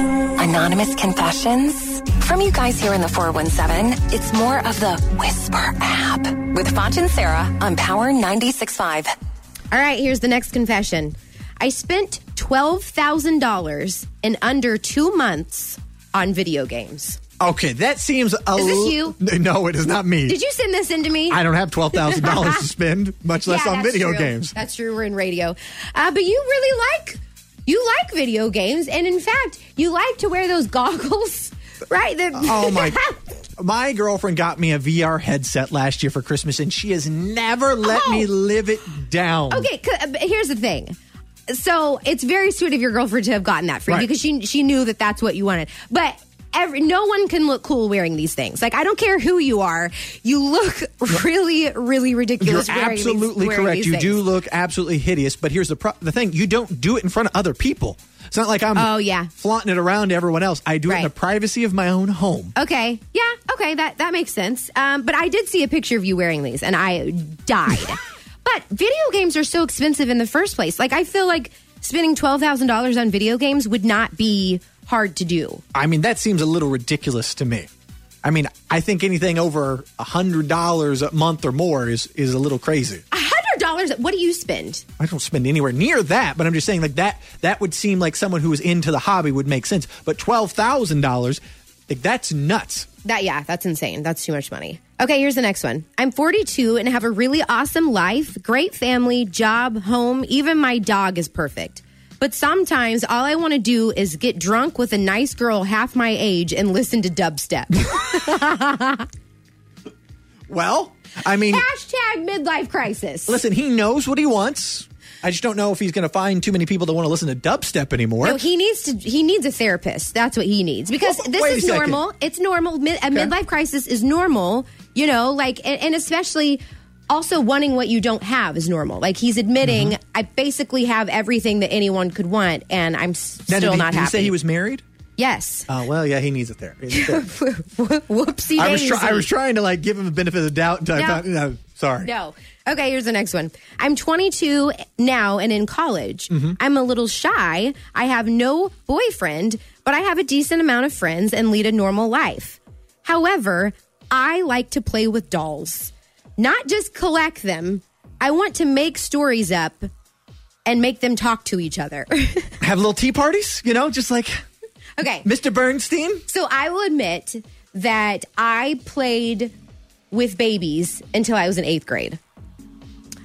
anonymous confessions? From you guys here in the 417, it's more of the Whisper app with Foch and Sarah on Power 96.5. All right, here's the next confession. I spent $12,000 in under two months on video games. Okay, that seems a Is this l- you? No, it is not me. Did you send this in to me? I don't have twelve thousand dollars to spend, much less Yeah, on that's video true. games. That's true. We're in radio, uh, but you really like you like video games, and in fact, you like to wear those goggles, right? That- Oh my. My girlfriend got me a VR headset last year for Christmas, and she has never let Oh. me live it down. Okay, 'cause- uh, but here's the thing. So it's very sweet of your girlfriend to have gotten that for you Right. because she she knew that that's what you wanted. But every, no one can look cool wearing these things. Like I don't care who you are, you look really really You're ridiculous. wearing these- absolutely wearing correct. these You things. do look absolutely hideous, but here's the pro- the thing: you don't do it in front of other people. It's not like I'm Oh, yeah. flaunting it around to everyone else. I do it in Right. the privacy of my own home. Okay. Yeah. Okay. That that makes sense. Um, but I did see a picture of you wearing these, and I died. but video games are so expensive in the first place. Like I feel like spending twelve thousand dollars on video games would not be hard to do. I mean, that seems a little ridiculous to me. I mean, I think anything over hundred dollars a month or more is is a little crazy. hundred dollars. What do you spend? I don't spend anywhere near that, but I'm just saying like that that would seem like someone who is into the hobby would make sense. But twelve thousand dollars, like that's nuts. That yeah, that's insane. That's too much money. Okay, here's the next one. I'm 42 and have a really awesome life, great family, job, home, even my dog is perfect. But sometimes all I want to do is get drunk with a nice girl half my age and listen to dubstep. Well, I mean, Hashtag midlife crisis. listen, he knows what he wants. I just don't know if he's going to find too many people that want to listen to dubstep anymore. No, he needs to. He needs a therapist. That's what he needs because Well, this wait a is second. normal. It's normal. Mid, a midlife crisis is normal. You know, like and, and especially also wanting what you don't have is normal. Like he's admitting, Mm-hmm. I basically have everything that anyone could want, and I'm s- Now, did still he- not did he happy. say he was married? yes. Oh well, yeah, he needs a therapy. Whoopsie I was daisy. try- I was trying to like give him the benefit of the doubt until No. I found no, sorry. No. Okay, here's the next one. I'm 22 now and in college. I'm a little shy. I have no boyfriend, but I have a decent amount of friends and lead a normal life. However, I like to play with dolls, not just collect them. I want to make stories up and make them talk to each other. Have little tea parties, you know, just like okay. Mr. Bernstein. So I will admit that I played with babies until I was in eighth grade.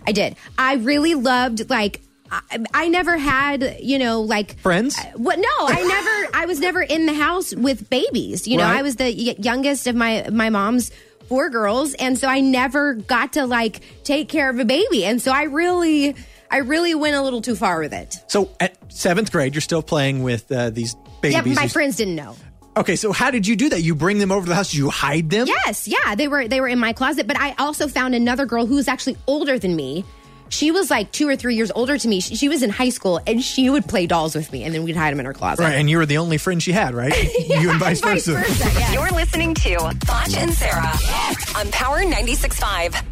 I did. I really loved like. I, I never had, you know, like Friends? I- What? No, I never. I was never in the house with babies. You know, Right. I was the y- youngest of my my mom's four girls, and so I never got to like take care of a baby. And so I really, I really went a little too far with it. So at seventh grade, you're still playing with uh, these babies. Yeah, my You- friends didn't know. Okay, so how did you do that? You bring them over to the house? You hide them? Yes, yeah, they were they were in my closet, but I also found another girl who was actually older than me. She was like two or three years older to me. She, she was in high school, and she would play dolls with me, and then we'd hide them in her closet. Right, and you were the only friend she had, right? you and vice, versa. yeah. You're listening to Foch and Sarah on Power 96.5.